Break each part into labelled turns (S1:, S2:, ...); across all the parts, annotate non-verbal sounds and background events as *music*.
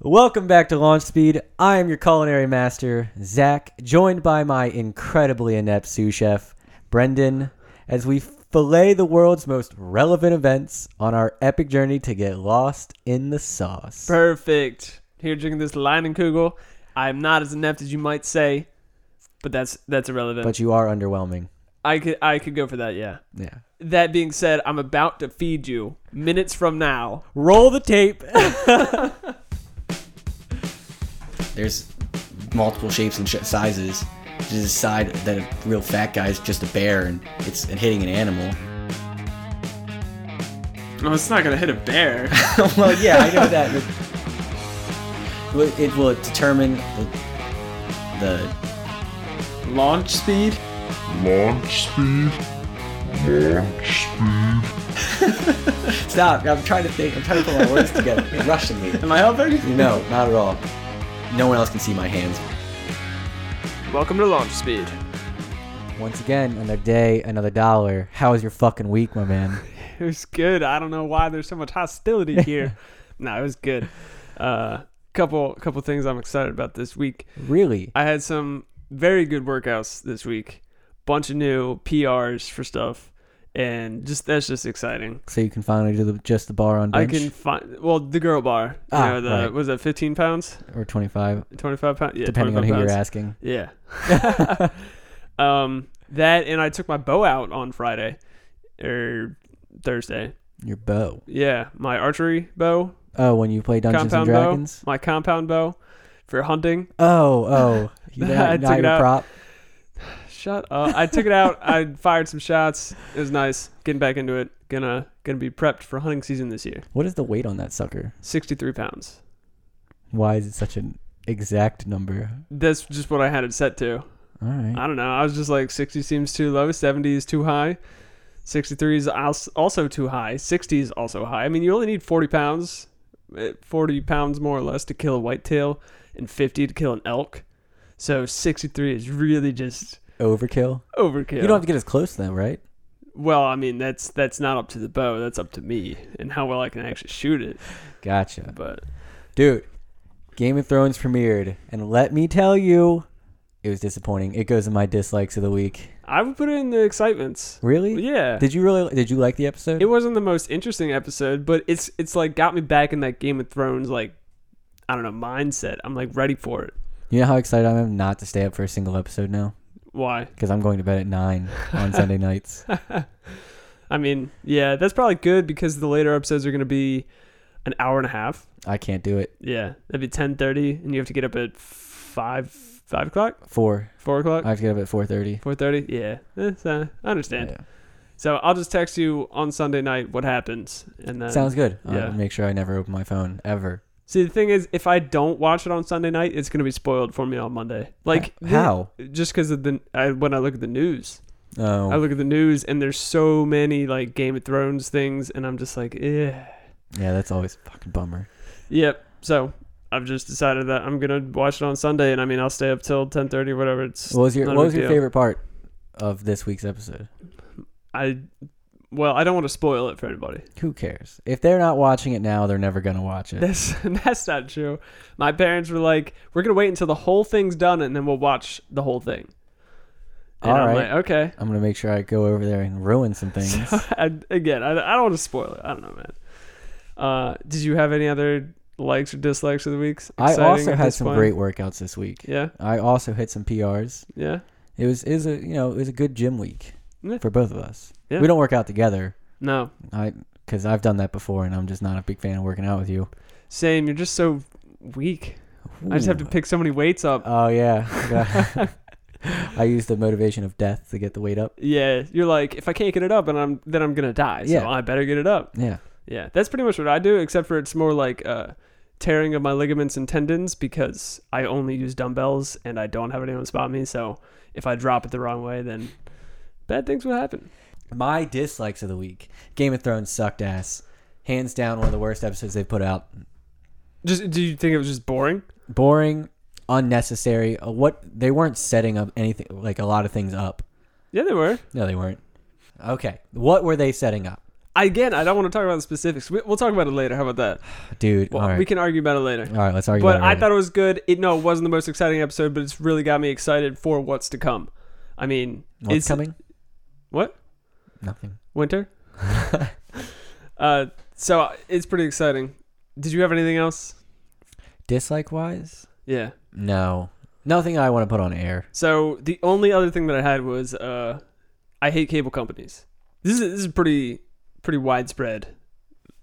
S1: Welcome back to Launch Speed. I am your culinary master, Zach, joined by my incredibly inept sous chef, Brendan, as we fillet the world's most relevant events on our epic journey to get lost in the sauce.
S2: Perfect. Here drinking this Leinenkugel. I'm not as inept as you might say, but that's that's irrelevant.
S1: But you are underwhelming.
S2: I could I could go for that, yeah.
S1: Yeah.
S2: That being said, I'm about to feed you minutes from now.
S1: Roll the tape. *laughs*
S3: There's multiple shapes and sh- sizes to decide that a real fat guy is just a bear and it's and hitting an animal.
S4: Well, it's not gonna hit a bear. *laughs*
S3: well, yeah, I know
S1: *laughs*
S3: that. Well, It will determine the, the
S4: Launch speed.
S5: Launch speed. Launch speed.
S3: stop. I'm trying to think. I'm trying to put my words together. You're rushing me.
S4: Am I helping?
S3: No, not at all. No one else can see my hands.
S2: Welcome to Launch Speed.
S1: Once again, another day, another dollar. How was your fucking week,
S3: *laughs*
S1: my man?
S2: *laughs* It was good. I don't know why there's so much hostility *laughs* here. no, it was good. Uh couple couple things I'm excited about this week.
S1: Really?
S2: I had some very good workouts this week. Bunch of new PRs for stuff. And just that's just exciting.
S1: So you can finally do the, just the bar on bench
S2: I can find well the girl bar. You
S1: Ah,
S2: know, the
S1: right.
S2: was that fifteen pounds,
S1: or 25,
S2: twenty five pounds, yeah,
S1: depending on
S2: 25
S1: who you're
S2: pounds.
S1: asking. *laughs*
S2: Yeah. *laughs* um, that and I took my bow out on Friday or Thursday.
S1: Your bow.
S2: Yeah, my archery bow,
S1: Oh, when you play Dungeons and
S2: compound bow,
S1: Dragons.
S2: my compound bow for hunting.
S1: Oh,
S2: *laughs*
S1: oh, you
S2: I
S1: not,
S2: took
S1: not
S2: it
S1: your
S2: out.
S1: prop.
S2: Shut up! I took
S1: *laughs*
S2: it out. I fired some shots. It was nice getting back into it. Gonna gonna be prepped for hunting season this year.
S1: What is the weight on that sucker?
S2: Sixty three pounds.
S1: Why is it such an exact number?
S2: That's just what I had it set to.
S1: All right.
S2: I don't know. I was just like 60 seems too low, 70 is too high, 63 is als- also too high, 60 is also high. I mean, you only need 40 pounds, eh, 40 pounds more or less to kill a whitetail, and 50 to kill an elk. So 63 is really just
S1: Overkill.
S2: overkill.
S1: You don't have to get as close to them, right?
S2: well, I mean, that's that's not up to the bow. That's up to me and how well I can actually shoot it.
S1: Gotcha.
S2: But
S1: Dude, Game of Thrones premiered, and let me tell you, it was disappointing. It goes in my dislikes of the week.
S2: I would put it in the excitements.
S1: Really?
S2: Yeah.
S1: Did you really? Did you like the episode?
S2: it wasn't the most interesting episode, but it's it's like got me back in that Game of Thrones like I don't know mindset. I'm like ready for it.
S1: you know how excited I am not to stay up for a single episode now
S2: Why?
S1: because I'm going to bed at nine
S2: *laughs*
S1: on Sunday nights.
S2: I mean, yeah, that's probably good because the later episodes are going to be an hour and a half.
S1: I can't do it.
S2: Yeah, that'd be ten thirty, and you have to get up at five five o'clock,
S1: Four.
S2: four o'clock,
S1: I have to get up at four thirty.
S2: four thirty. Yeah, Eh, so I understand. So I'll just text you on Sunday night what happens, and then
S1: Sounds good.
S2: yeah.
S1: I'll make sure I never open my phone ever.
S2: see the thing is, if I don't watch it on Sunday night, it's going to be spoiled for me on Monday. Like
S1: H- *laughs* how?
S2: just because of the I, when I look at the news,
S1: Oh,
S2: I look at the news and there's so many like Game of Thrones things, and I'm just like, yeah,
S1: yeah, that's always a fucking bummer.
S2: yep. So I've just decided that I'm gonna watch it on Sunday, and I mean I'll stay up till 10:30 or whatever. It's
S1: What was your
S2: not a
S1: What
S2: big
S1: was your
S2: deal.
S1: favorite part of this week's episode?
S2: I well I don't want to spoil it for anybody.
S1: Who cares? If they're not watching it now, they're never gonna watch
S2: *laughs*
S1: it.
S2: That's that's not true. My parents were like, we're gonna wait until the whole thing's done, and then we'll watch the whole thing. And
S1: All
S2: I'm
S1: right.
S2: like, okay. *laughs*
S1: I'm gonna make sure I go over there and ruin some things.
S2: I, again, I, I don't want to spoil it. I don't know, man. Uh, did you have any other likes or dislikes of the weeks?
S1: I
S2: Exciting
S1: also
S2: at
S1: had
S2: this
S1: some
S2: point?
S1: great workouts this week.
S2: Yeah,
S1: I also hit some PRs.
S2: yeah.
S1: It was is a you know it was a good gym week
S2: Yeah.
S1: for both of us.
S2: Yeah.
S1: We don't work out together.
S2: No,
S1: I because I've done that before, and I'm just not a big fan of working out with you.
S2: same. You're just so weak. I just have to
S1: Ooh.
S2: pick so many weights up.
S1: Oh
S2: *laughs*
S1: yeah. *laughs* I used the motivation of death to get the weight up.
S2: yeah, you're like, if I can't get it up, and I'm then I'm gonna die. So
S1: Yeah.
S2: I better get it up.
S1: Yeah.
S2: Yeah, that's pretty much what I do, except for it's more like uh, tearing of my ligaments and tendons because I only use dumbbells and I don't have anyone spot me. So if I drop it the wrong way, then bad things will happen.
S1: My dislikes of the week. Game of Thrones sucked ass. Hands down one of the worst episodes they've put out.
S2: Just do you think it was just boring?
S1: Boring, unnecessary. uh, What they weren't setting up anything like a lot of things up.
S2: Yeah, they were.
S1: No, they weren't. Okay. What were they setting up?
S2: again, I don't want to talk about the specifics. We, we'll talk about it later. How about that?
S1: dude.
S2: Well,
S1: all right,
S2: We can argue about it later.
S1: all right, let's argue.
S2: But
S1: about it
S2: I
S1: later.
S2: thought it was good. It no, it wasn't the most exciting episode, but it's really got me excited for what's to come. I mean,
S1: what's
S2: it's
S1: coming?
S2: What
S1: Nothing. *laughs*
S2: winter? uh, so it's pretty exciting. Did you have anything else?
S1: Dislike wise,
S2: Yeah.
S1: no, nothing I want to put on air.
S2: So the only other thing that I had was uh, I hate cable companies. This is this is pretty pretty widespread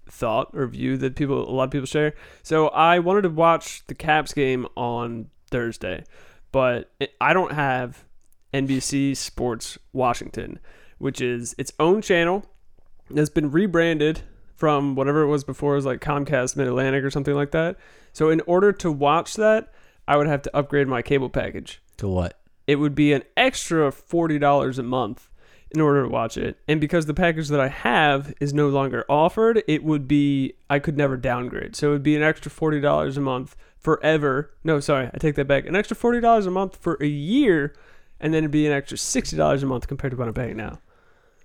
S2: thought or view that people a lot of people share. So I wanted to watch the Caps game on Thursday, but it- I don't have NBC Sports Washington, which is its own channel that's been rebranded from whatever it was before it was like Comcast Mid Atlantic or something like that. So in order to watch that, I would have to upgrade my cable package
S1: To what?
S2: it would be an extra $40 a month in order to watch it. And because the package that I have is no longer offered, it would be, I could never downgrade. So it would be an extra $40 a month forever. No, sorry, I take that back. An extra $40 a month for a year, and then it'd be an extra $60 a month compared to what I'm paying now.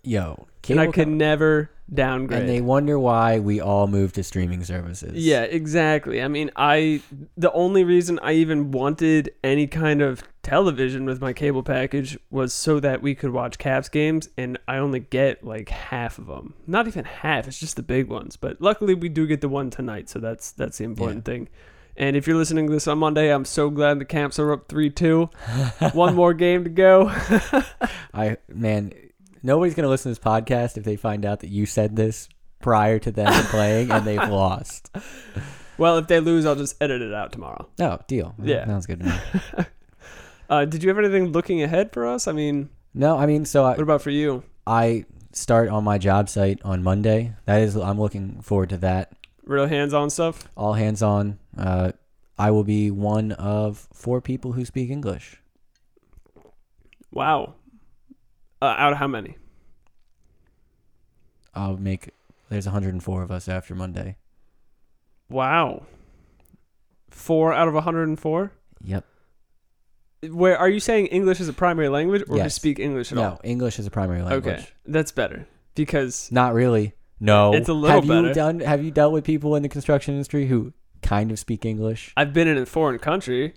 S1: Yo,
S2: And
S1: cable
S2: I could
S1: com-
S2: never downgrade.
S1: and they wonder why we all moved to streaming services.
S2: Yeah, exactly. I mean, I the only reason I even wanted any kind of television with my cable package was so that we could watch Caps games, and I only get like half of them. Not even half. It's just the big ones. But luckily, we do get the one tonight, so that's that's the important thing. And if you're listening to this on Monday, I'm so glad the Caps are up three two. one more game to go. *laughs*
S1: I man, nobody's gonna listen to this podcast if they find out that you said this prior to
S2: *laughs*
S1: them playing and they've lost.
S2: well, if they lose, I'll just edit it out tomorrow.
S1: No deal.
S2: Yeah.
S1: sounds good to me.
S2: Uh, did you have anything looking ahead for us? I mean,
S1: No, I mean, so I,
S2: what about for you?
S1: I start on my job site on Monday. That is, I'm looking forward to that.
S2: Real hands on stuff.
S1: All hands on. Uh, I will be one of four people who speak English.
S2: Wow. Uh, out of how many?
S1: I'll make. There's 104 of us after Monday.
S2: Wow. Four out of 104?
S1: Yep.
S2: Where are you saying English is a primary language or
S1: Yes.
S2: to speak English at all?
S1: No, English is a primary language.
S2: Okay. That's better because
S1: Not really. No.
S2: It's a little
S1: have you
S2: better.
S1: done? Have you dealt with people in the construction industry who kind of speak English?
S2: I've been in a foreign country.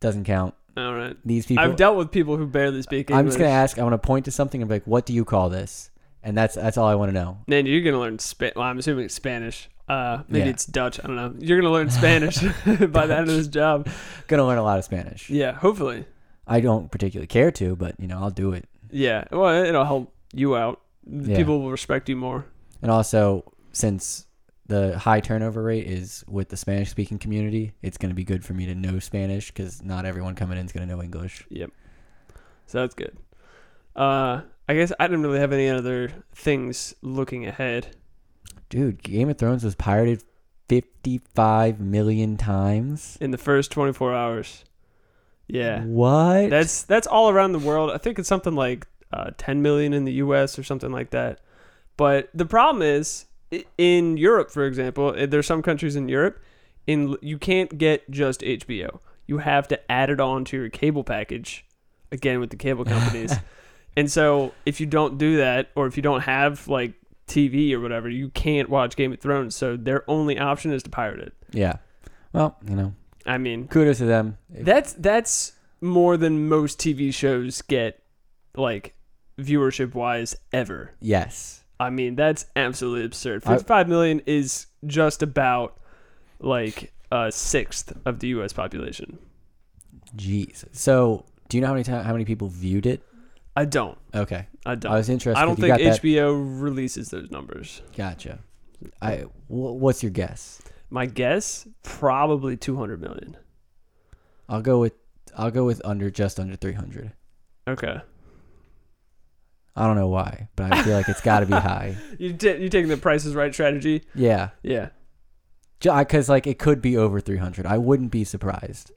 S1: Doesn't count.
S2: All right.
S1: These people.
S2: I've dealt with people who barely speak English.
S1: I'm just gonna ask. I want to point to something and be like, "What do you call this?" And that's that's all I want to know.
S2: Then you're going to learn Spanish. Well, I'm assuming it's Spanish. Uh, maybe
S1: Yeah.
S2: it's Dutch. I don't know. You're going
S1: *laughs*
S2: to learn Spanish *laughs* by the end of this job.
S1: Gonna learn a lot of Spanish.
S2: Yeah, hopefully.
S1: I don't particularly care to, but you know, I'll do it.
S2: Yeah. Well, it'll help you out.
S1: Yeah.
S2: People will respect you more.
S1: And also, since the high turnover rate is with the Spanish speaking community, it's going to be good for me to know Spanish because not everyone coming in is going to know English.
S2: So that's good. Uh, I guess I didn't really have any other things looking ahead.
S1: Dude, Game of Thrones was pirated 55 million times.
S2: in the first 24 hours. Yeah.
S1: What?
S2: That's that's all around the world. I think it's something like uh, 10 million in the US or something like that. But the problem is i- in Europe, for example, i- there's some countries in Europe in you can't get just HBO. You have to add it on to your cable package again with the cable companies. and so if you don't do that or if you don't have like TV or whatever, you can't watch Game of Thrones. So their only option is to pirate it.
S1: yeah. Well, you know,
S2: I mean,
S1: kudos to them.
S2: that's that's more than most TV shows get, like viewership wise ever.
S1: yes.
S2: I mean, that's absolutely absurd.
S1: I-
S2: Fifty-five million is just about like a sixth of the U.S. population.
S1: Jeez. So, do you know how many time, how many people viewed it?
S2: I don't.
S1: Okay.
S2: I don't.
S1: I was interested.
S2: I don't
S1: 'cause you
S2: think
S1: got that-
S2: HBO releases those numbers.
S1: Gotcha. I wh- what's your guess?
S2: My guess, probably two hundred million.
S1: I'll go with I'll go with under just under 300.
S2: Okay,
S1: I don't know why, but I feel like it's
S2: *laughs*
S1: got to be high.
S2: you ta- you taking the Price is Right strategy?
S1: Yeah,
S2: Yeah,
S1: because like it could be over 300. I wouldn't be surprised.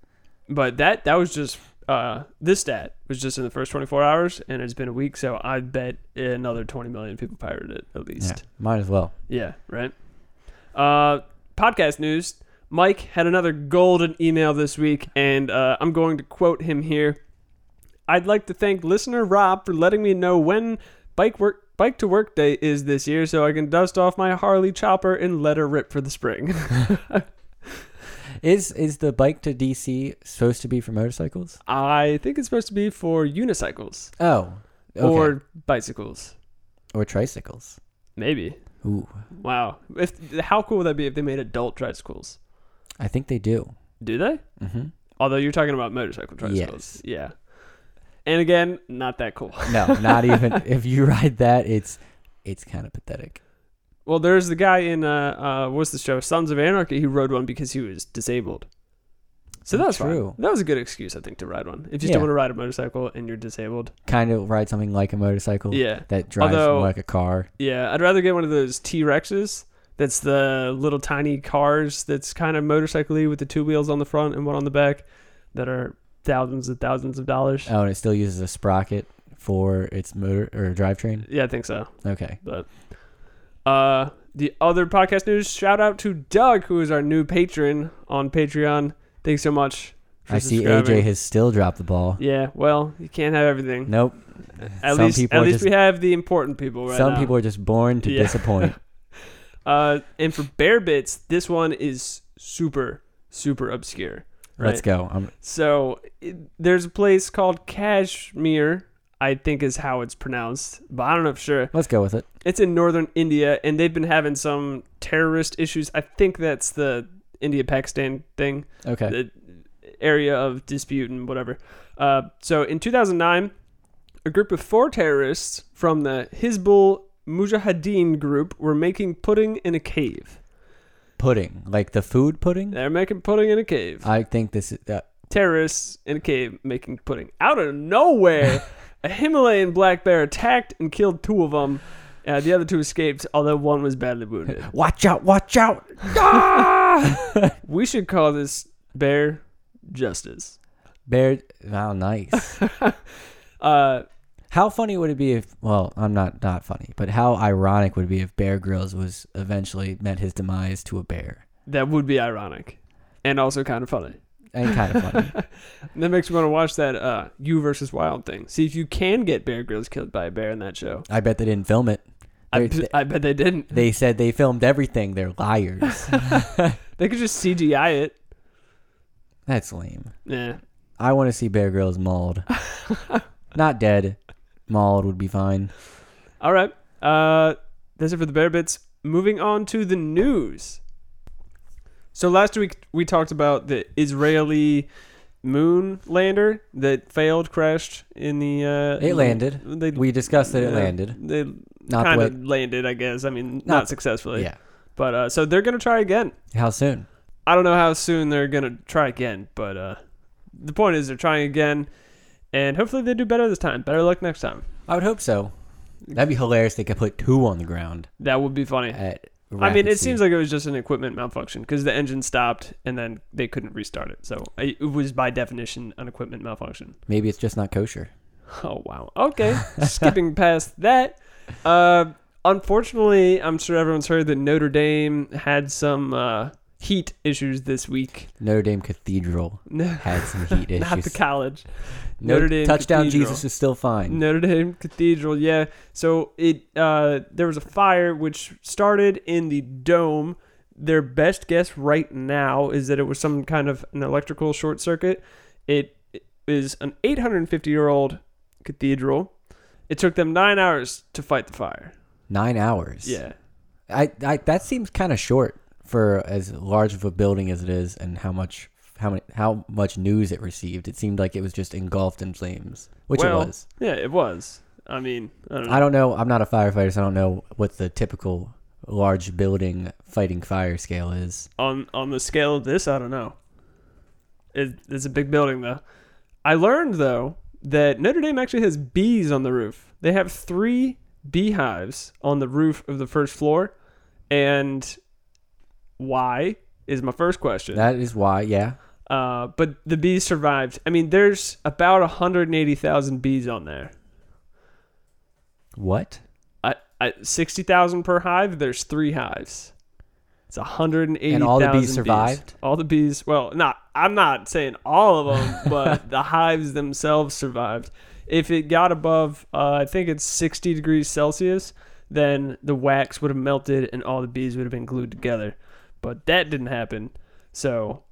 S2: but that that was just uh this stat was just in the first 24 hours and it's been a week so i bet another 20 million people pirated it at
S1: Yeah,
S2: least
S1: might as well.
S2: yeah, right uh podcast news mike had another golden email this week and uh, i'm going to quote him here i'd like to thank listener rob for letting me know when bike work Bike to work day is this year, so I can dust off my Harley chopper and let her rip for the spring. *laughs*
S1: Is is the bike to DC supposed to be for motorcycles?
S2: I think it's supposed to be for unicycles
S1: Oh, okay. or
S2: or bicycles,
S1: or tricycles.
S2: maybe.
S1: Ooh,
S2: Wow, if how cool would that be if they made adult tricycles?
S1: I think they do.
S2: Do they?
S1: hmm
S2: Although you're talking about motorcycle tricycles, yeah. And again, not that cool.
S1: No, not
S2: *laughs*
S1: even if you ride that, it's it's kind of pathetic.
S2: Well, there's the guy in uh, uh, what's the show, Sons of Anarchy, who rode one because he was disabled. So that's
S1: True.
S2: true. That was a good excuse, I think, to ride one. If you
S1: Yeah.
S2: still want to ride a motorcycle and you're disabled,
S1: Kind of ride something like a motorcycle.
S2: yeah,
S1: That drives
S2: Although-
S1: like a car.
S2: yeah. I'd rather get one of those T Rexes. That's the little tiny cars that's kind of motorcycle-y with the two wheels on the front and one on the back, that are thousands and thousands of dollars.
S1: Oh, and it still uses a sprocket for its motor or drivetrain.
S2: Yeah, I think so.
S1: Okay.
S2: But uh, the other podcast news shout out to Doug, who is our new patron on Patreon. Thanks so much. For
S1: I see
S2: subscribing.
S1: AJ has still dropped the ball.
S2: Yeah, well, you can't have everything.
S1: Nope.
S2: at
S1: some
S2: least,
S1: people
S2: at
S1: are
S2: least
S1: just-
S2: we have the important people right
S1: Some
S2: now.
S1: people are just born to
S2: Yeah. *laughs*
S1: disappoint.
S2: Uh, and for Bear Bits, this one is super, super obscure. Right?
S1: Let's go. Um,
S2: So it, there's a place called Kashmir, I think is how it's pronounced, but I don't know for sure.
S1: let's go with it.
S2: It's in northern India, and they've been having some terrorist issues. I think that's the India Pakistan thing,
S1: Okay.
S2: the area of dispute and whatever. Uh, so in 2009, a group of four terrorists from the Hizbul Mujahideen group were making pudding in a cave.
S1: Pudding, like the food pudding.
S2: They're making pudding in a cave.
S1: I think this is. Uh,
S2: terrorists in a cave making pudding. Out of nowhere, a Himalayan black bear attacked and killed two of them. Uh, the other two escaped, although one was badly wounded.
S1: watch out! Watch out!
S2: we should call this bear justice.
S1: Bear. Wow, nice.
S2: Uh,
S1: How funny would it be if? Well, I'm not not funny, but how ironic would it be if Bear Grylls was eventually met his demise to a bear?
S2: that would be ironic, and also kind of funny.
S1: And kind of
S2: *laughs*
S1: funny.
S2: That makes me want to watch that uh, you versus wild thing. See if you can get Bear Grylls killed by a bear in that show.
S1: I bet they didn't film it.
S2: I,
S1: They're-
S2: bet- I bet they didn't.
S1: They said they filmed everything. They're
S2: *laughs*
S1: liars.
S2: They could just CGI it.
S1: That's lame.
S2: Yeah.
S1: I want to see Bear Grylls mauled.
S2: *laughs*
S1: Not dead. Mauled would be fine.
S2: All right. Uh, that's it for the bear bits. Moving on to the news. So last week we talked about the Israeli moon lander that failed, crashed in the. Uh,
S1: It landed.
S2: They,
S1: We discussed that it
S2: yeah,
S1: landed.
S2: They
S1: Not
S2: kind
S1: the
S2: of landed, I guess. I mean, not,
S1: Not-
S2: successfully.
S1: Yeah.
S2: But uh, so they're gonna try again.
S1: How soon?
S2: I don't know how soon they're gonna try again, but uh, the point is they're trying again, and hopefully they do better this time. Better luck next time.
S1: I would hope so. That'd be hilarious. They could put two on the ground
S2: That would be funny.
S1: at.
S2: I mean, it seems like it was just an equipment malfunction because the engine stopped and then they couldn't restart it. So it was by definition an equipment malfunction.
S1: maybe it's just not kosher.
S2: Oh wow. Okay, skipping past that. Uh, unfortunately, I'm sure everyone's heard that Notre Dame had some uh, heat issues this week. *laughs*
S1: Notre Dame Cathedral
S2: No,
S1: had some heat issues.
S2: *laughs* not the college.
S1: No-
S2: Notre Dame
S1: touchdown
S2: Cathedral.
S1: Jesus is still fine.
S2: Notre Dame Cathedral, yeah. So it uh, there was a fire which started in the dome. Their best guess right now is that it was some kind of an electrical short circuit. It is an 850 year old cathedral. It took them nine hours to fight the fire.
S1: Nine hours.
S2: Yeah,
S1: I, I that seems kind of short for as large of a building as it is, and how much how many how much news it received. It seemed like it was just engulfed in flames, which
S2: Well,
S1: it was.
S2: yeah, it was. I mean, I don't know.
S1: I don't know. I'm not a firefighter, so I don't know what the typical large building fighting fire scale is.
S2: on on the scale of this, I don't know. It, it's a big building though. I learned though that Notre Dame actually has bees on the roof. They have three beehives on the roof of the first floor, and why is my first question.
S1: That is why, yeah.
S2: uh, but the bees survived. I mean, there's about 180,000 bees on there.
S1: What?
S2: I, I, 60,000 per hive, there's three hives. It's 180,000.
S1: And all the bees survived?
S2: All
S1: *laughs*
S2: the bees, well, not I'm not saying all of them, but the hives themselves survived. If it got above, uh, I think it's 60 degrees Celsius, then the wax would have melted and all the bees would have been glued together. But that didn't happen. So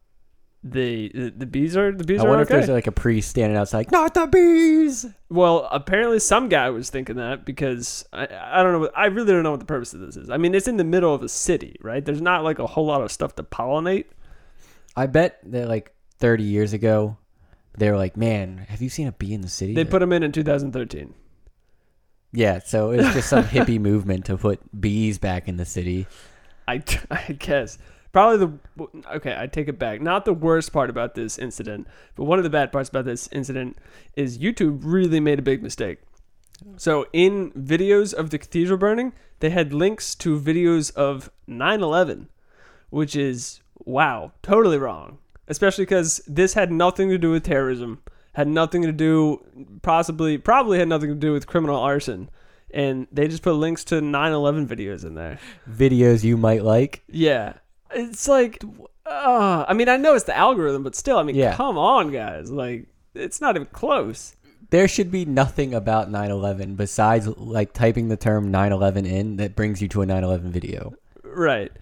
S2: the the, the bees are the bees
S1: I
S2: are
S1: wonder
S2: okay.
S1: if there's like a priest standing outside, like, not the bees.
S2: Well, apparently some guy was thinking that because I, I don't know. What, I really don't know what the purpose of this is. I mean, it's in the middle of a city, right? There's not like a whole lot of stuff to pollinate.
S1: I bet that like 30 years ago, they were like, man, have you seen a bee in the city?
S2: They put him in in 2013.
S1: yeah, so it's just
S2: *laughs*
S1: some hippie movement to put bees back in the city.
S2: I, *laughs* I guess probably the okay. I take it back. Not the worst part about this incident, but one of the bad parts about this incident is YouTube really made a big mistake. So in videos of the cathedral burning, they had links to videos of 9/11, which is wow, totally wrong. Especially because this had nothing to do with terrorism, had nothing to do, possibly, probably had nothing to do with criminal arson. And they just put links to 9 11 videos in there.
S1: Videos you might like.
S2: Yeah. It's like, uh, I mean, I know it's the algorithm, but still, I mean,
S1: Yeah.
S2: come on, guys. Like, it's not even close.
S1: There should be nothing about 9 11 besides like typing the term 9 11 in that brings you to a 9 11 video.
S2: Right.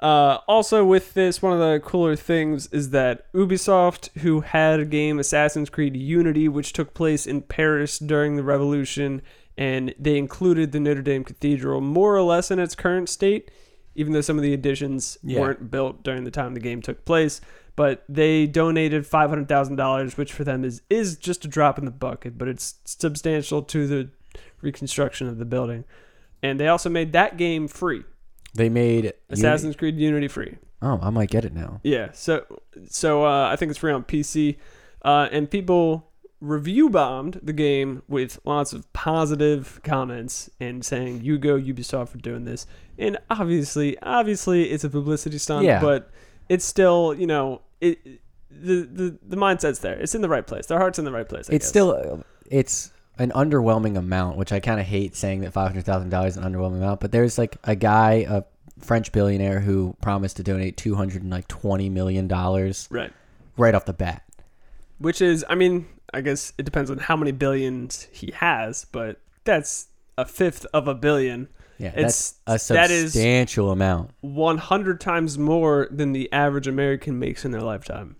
S2: Uh, also, with this, one of the cooler things is that Ubisoft, who had a game Assassin's Creed Unity, which took place in Paris during the Revolution, and they included the Notre Dame Cathedral more or less in its current state, even though some of the additions
S1: Yeah.
S2: weren't built during the time the game took place. But they donated five hundred thousand dollars, which for them is is just a drop in the bucket, but it's substantial to the reconstruction of the building. And they also made that game free.
S1: They made
S2: Assassin's Creed Unity free.
S1: Oh, I might get it now.
S2: Yeah. So so uh, I think it's free on PC, uh, and people review bombed the game with lots of positive comments and saying you go Ubisoft for doing this. And obviously, obviously it's a publicity stunt,
S1: Yeah.
S2: but it's still you know it. The, the, the mindset's there. It's in the right place. Their heart's in the right place. I
S1: It's
S2: guess.
S1: still uh, it's an underwhelming amount, which I kind of hate saying that five hundred thousand dollars is an underwhelming amount. But there's like a guy, a French billionaire, who promised to donate two hundred and like twenty million dollars
S2: right.
S1: right off the bat.
S2: Which is, I mean, I guess it depends on how many billions he has, but that's a fifth of a billion.
S1: Yeah,
S2: It's-
S1: that's
S2: that
S1: a
S2: is-
S1: substantial amount.
S2: 100 times more than the average American makes in their lifetime.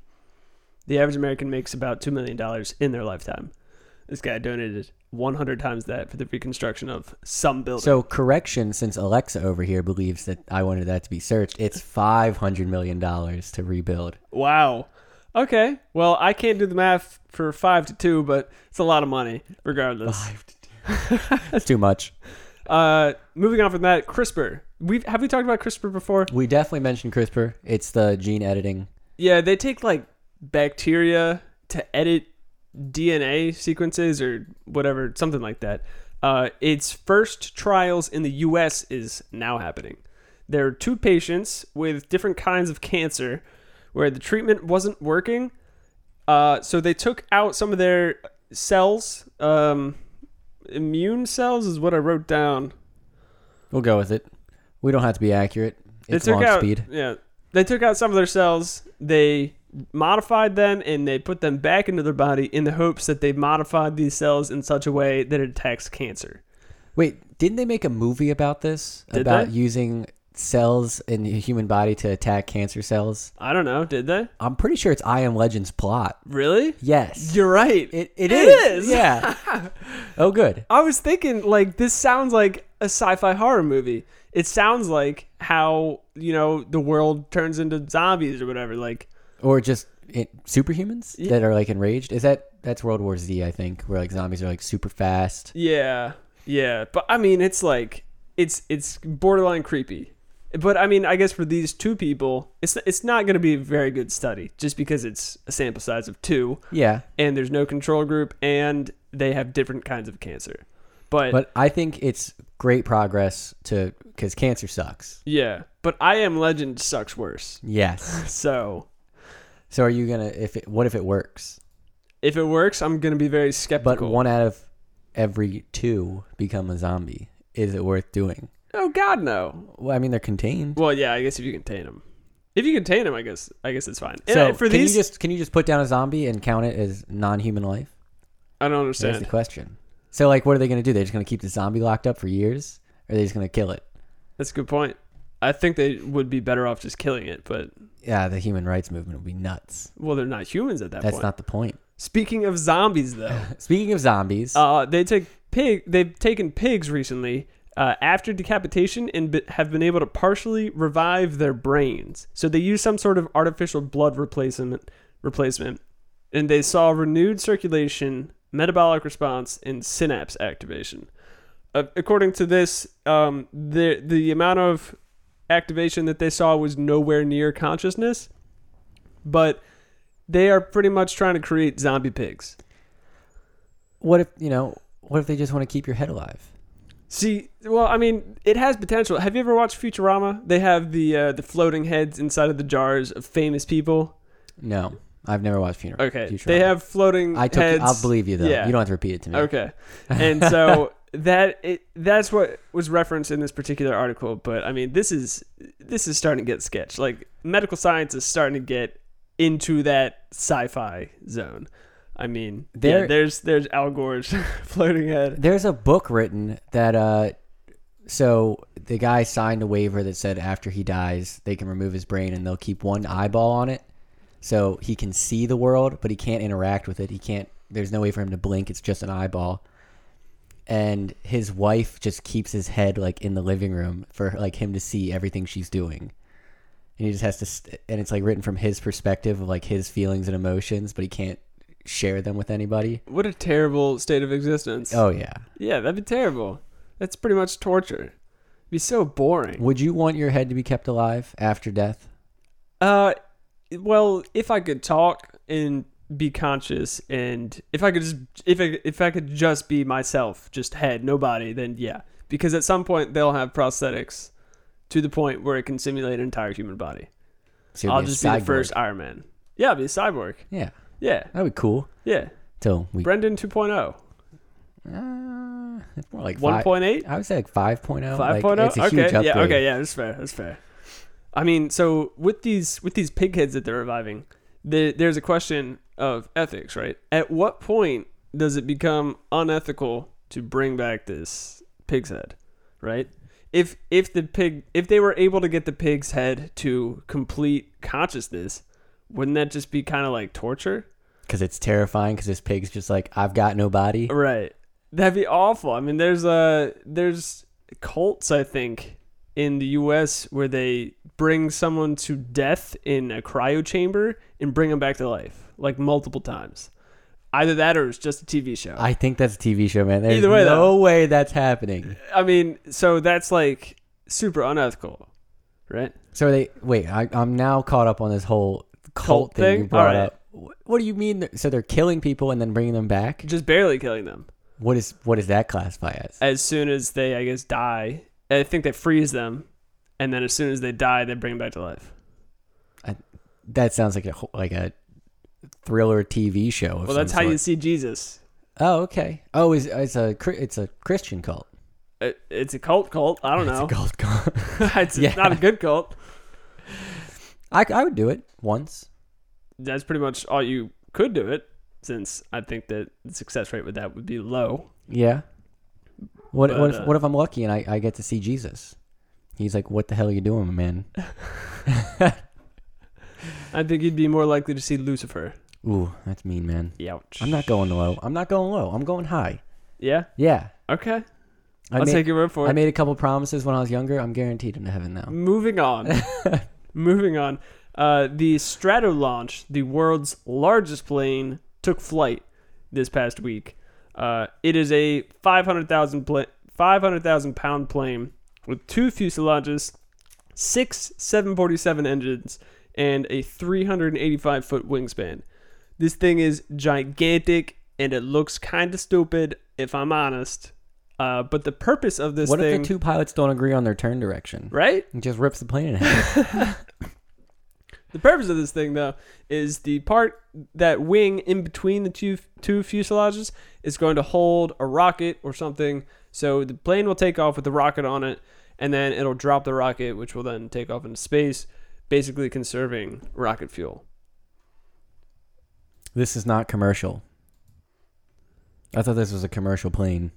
S2: The average American makes about $2 million in their lifetime. This guy donated 100 times that for the reconstruction of some building.
S1: So correction, since Alexa over here believes that I wanted that to be searched, it's five hundred million dollars to rebuild.
S2: wow. Okay. Well, I can't do the math for 5 to 2, but it's a lot of money regardless.
S1: That's too much.
S2: Uh moving on from that, CRISPR. We've have we talked about CRISPR before?
S1: We definitely mentioned CRISPR. It's the gene editing.
S2: Yeah, they take like bacteria to edit DNA sequences or whatever, something like that. Uh, its first trials in the U.S. is now happening. There are two patients with different kinds of cancer where the treatment wasn't working. Uh, so they took out some of their cells, um, immune cells is what I wrote down.
S1: We'll go with it. We don't have to be accurate. It's
S2: they took
S1: launch
S2: out,
S1: speed.
S2: Yeah, they took out some of their cells. They modified them and they put them back into their body in the hopes that they modified these cells in such a way that it attacks cancer.
S1: Wait, didn't they make a movie about this?
S2: Did
S1: about
S2: they?
S1: using cells in the human body to attack cancer cells?
S2: I don't know. Did they
S1: I'm pretty sure it's I Am Legend's plot.
S2: really?
S1: Yes.
S2: You're right.
S1: it, it
S2: It
S1: is.
S2: is.
S1: Yeah. oh, good.
S2: I was thinking like this sounds like a sci-fi horror movie. It sounds like how you know the world turns into zombies or whatever. Like
S1: Or just it, superhumans that are like enraged. Is that that's World War Z? I think where like zombies are like super fast.
S2: Yeah, yeah, but I mean, it's like it's it's borderline creepy. But I mean, I guess for these two people, it's it's not going to be a very good study just because it's a sample size of two,
S1: Yeah.
S2: and there's no control group, and they have different kinds of cancer. But,
S1: But I think it's great progress to because cancer sucks.
S2: yeah, but I am Legend sucks worse.
S1: Yes.
S2: *laughs* So
S1: So are you gonna if it, what if it works?
S2: if it works, I'm going to be very skeptical.
S1: But one out of every two become a zombie. Is it worth doing?
S2: oh God, no.
S1: Well, I mean, they're contained.
S2: Well, yeah, I guess if you contain them, if you contain them, I guess I guess it's fine.
S1: So
S2: And for
S1: can
S2: these,
S1: you just can you just put down a zombie and count it as non-human life?
S2: I don't
S1: That's the
S2: understand.
S1: question. So, like, what are they going to do? They're just going to keep the zombie locked up for years, or are they just going to kill it?
S2: That's a good point. I think they would be better off just killing it, but
S1: Yeah, the human rights movement would be nuts.
S2: well, they're not humans at that
S1: That's
S2: point.
S1: not the point.
S2: Speaking of zombies, though,
S1: Speaking of zombies,
S2: uh, they take pig. They've taken pigs recently uh, after decapitation and be- have been able to partially revive their brains. So they use some sort of artificial blood replacement. Replacement, and they saw renewed circulation, metabolic response, and synapse activation. Uh, according to this, um, the the amount of activation that they saw was nowhere near consciousness, but they are pretty much trying to create zombie pigs.
S1: what if you know? What if they just want to keep your head alive?
S2: See, well, I mean, it has potential. Have you ever watched Futurama? They have the uh, the floating heads inside of the jars of famous people.
S1: No, I've never watched funeral.
S2: Okay, they have floating
S1: I took.
S2: heads.
S1: I'll believe you though.
S2: Yeah.
S1: You don't have to repeat it to me.
S2: Okay, and
S1: *laughs*
S2: so that it, that's what was referenced in this particular article. But I mean, this is this is starting to get sketch. Like medical science is starting to get into that sci-fi zone. I mean, yeah,
S1: There-
S2: there's there's Al Gore's *laughs* floating head.
S1: There's a book written that uh so the guy signed a waiver that said after he dies they can remove his brain and they'll keep one eyeball on it. So he can see the world, but he can't interact with it. He can't there's no way for him to blink, it's just an eyeball. And his wife just keeps his head like in the living room for like him to see everything she's doing. And he just has to st- and it's like written from his perspective of like his feelings and emotions, but he can't share them with anybody.
S2: What a terrible state of existence.
S1: Oh yeah.
S2: Yeah, that'd be terrible. That's pretty much torture. It'd be so boring.
S1: Would you want your head to be kept alive after death?
S2: Uh, well, if I could talk and be conscious, and if I could just if I if I could just be myself, just head, no body, then yeah. Because at some point they'll have prosthetics to the point where it can simulate an entire human body.
S1: So you'd
S2: I'll
S1: a
S2: just be
S1: cyborg.
S2: the first Iron Man. Yeah, I'll be a cyborg.
S1: Yeah,
S2: Yeah,
S1: that'd be cool.
S2: yeah.
S1: Till we.
S2: Brendan oh. 2.0.
S1: Uh, it's more like five-
S2: 1.8?
S1: I would say like 5.0.
S2: Five
S1: like,
S2: point oh?
S1: It's a
S2: okay.
S1: huge upgrade.
S2: Yeah. Okay. Yeah. That's fair. That's fair. I mean, so with these with these pig heads that they're reviving, there, there's a question of ethics, right? At what point does it become unethical to bring back this pig's head, right? If if the pig if they were able to get the pig's head to complete consciousness, wouldn't that just be kind of like torture?
S1: Because it's terrifying. Because this pig's just like, I've got no body.
S2: Right. That'd be awful. I mean, there's uh there's cults I think in the U.S. where they bring someone to death in a cryo chamber and bring them back to life like multiple times. Either that or it's just a TV show. I,
S1: I think that's a TV show, man. There's
S2: Either way,
S1: no
S2: though.
S1: way that's happening.
S2: mean, so that's like super unethical, right?
S1: So they wait. I, I'm now caught up on this whole cult,
S2: Cult
S1: thing, you
S2: thing?
S1: brought
S2: Alright.
S1: up. Wh- What do you mean? that- So they're killing people and then bringing them back?
S2: Just barely killing them.
S1: What is what is that classify as?
S2: As soon as they, I guess, die, I think they freeze them, and then as soon as they die, they bring them back to life.
S1: That sounds like a wh- like a thriller TV show. of
S2: Well, that's
S1: some
S2: how
S1: sort.
S2: you see Jesus.
S1: Oh, okay. Oh, is it's a Chri- it's a Christian cult.
S2: It, it's a cult, cult. I don't know.
S1: *laughs* It's a cult cult. *laughs*
S2: *laughs* it's
S1: Yeah.
S2: not a good cult.
S1: I, I would do it once.
S2: That's pretty much all you could do it, since I think that the success rate with that would be low.
S1: Yeah. What
S2: But,
S1: what, if,
S2: uh,
S1: what if I'm lucky and I, I get to see Jesus? He's like, "What the hell are you doing, man?"
S2: I think you'd be more likely to see Lucifer.
S1: Ooh, that's mean, man.
S2: Ouch.
S1: I'm not going low. I'm not going low. I'm going high.
S2: Yeah.
S1: Yeah.
S2: Okay.
S1: I
S2: I'll
S1: made,
S2: take your word for it.
S1: I made a couple promises when I was younger. I'm guaranteed into heaven now. *laughs*
S2: Moving on. Moving on. Uh, the Strato launch, the world's largest plane, took flight this past week. Uh, it is a 500,000 pla- 500,000 pound plane with two fuselages, six 747 engines, and a 385 foot wingspan. This thing is gigantic and it looks kind of stupid, if I'm honest. Uh, but the purpose of this
S1: What
S2: thing,
S1: if the two pilots don't agree on their turn direction?
S2: right?
S1: It just rips the plane in half.
S2: The purpose of this thing, though, is the part that wing in between the two two fuselages is going to hold a rocket or something. So the plane will take off with the rocket on it, and then it'll drop the rocket, which will then take off into space, basically conserving rocket fuel.
S1: this is not commercial. I thought this was a commercial plane.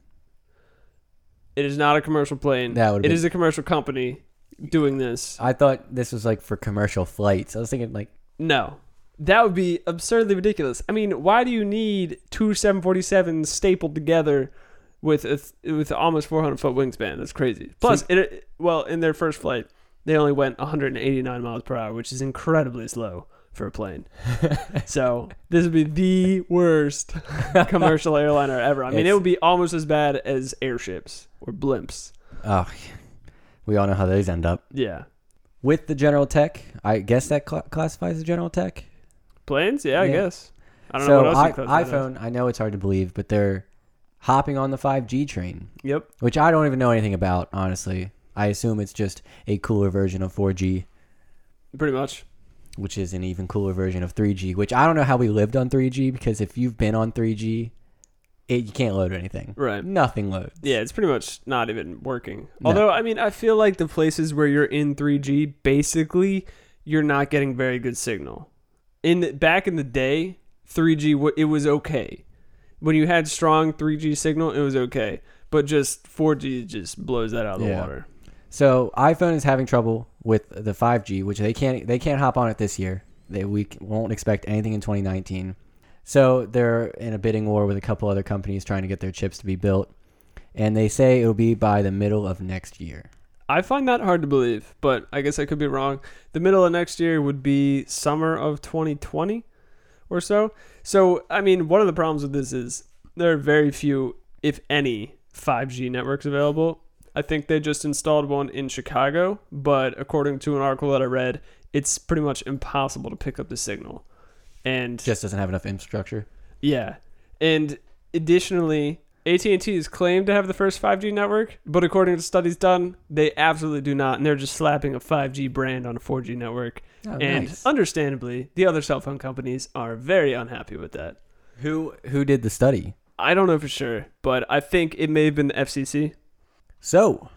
S2: It is not a commercial plane.
S1: That would've
S2: It
S1: been-
S2: is a commercial company doing this.
S1: I thought this was like for commercial flights. I was thinking like
S2: No. That would be absurdly ridiculous. I mean, why do you need two 747s stapled together with a th- with almost 400 foot wingspan? That's crazy. Plus, it, well, in their first flight, they only went 189 miles per hour, which is incredibly slow for
S1: *laughs*
S2: a plane. so this would be the worst
S1: *laughs*
S2: commercial airliner ever. I mean, it
S1: It's-
S2: would be almost as bad as airships or blimps.
S1: oh, we all know how those end up.
S2: Yeah,
S1: With the general tech, I guess that cla classifies the general tech.
S2: planes. Yeah, I
S1: Yeah.
S2: guess. I don't
S1: so
S2: know what
S1: I-
S2: else. you classify that as.
S1: iPhone, I know it's hard to believe, but they're hopping on the 5G train,
S2: Yep.
S1: which I don't even know anything about, honestly. I assume it's just a cooler version of 4G,
S2: Pretty much.
S1: which is an even cooler version of 3G, which I don't know how we lived on 3G because if you've been on 3G, it, you can't load anything.
S2: Right.
S1: Nothing loads.
S2: Yeah, it's pretty much not even working.
S1: No.
S2: Although, I mean, I feel like the places where you're in 3G, basically, you're not getting very good signal. In back in the day, 3G wa- it was okay. When you had strong 3G signal, it was okay. But just 4G just blows that out of the
S1: Yeah.
S2: water.
S1: So iPhone is having trouble with the 5G, which they can't they can't hop on it this year. They, we c- won't expect anything in 2019. So they're in a bidding war with a couple other companies trying to get their chips to be built, and they say it'll be by the middle of next year.
S2: I find that hard to believe, but I guess I could be wrong. The middle of next year would be summer of 2020 or so. So, I mean, one of the problems with this is there are very few, if any, 5G networks available. I think they just installed one in Chicago, but according to an article that I read, it's pretty much impossible to pick up the signal. And
S1: Just doesn't have enough infrastructure.
S2: yeah. And additionally, AT&T is claimed to have the first 5G network, but according to studies done, they absolutely do not, and they're just slapping a 5G brand on a 4G network.
S1: Oh,
S2: and
S1: nice.
S2: understandably, the other cell phone companies are very unhappy with that.
S1: Who who did the study?
S2: I don't know for sure, but I think it may have been the FCC.
S1: So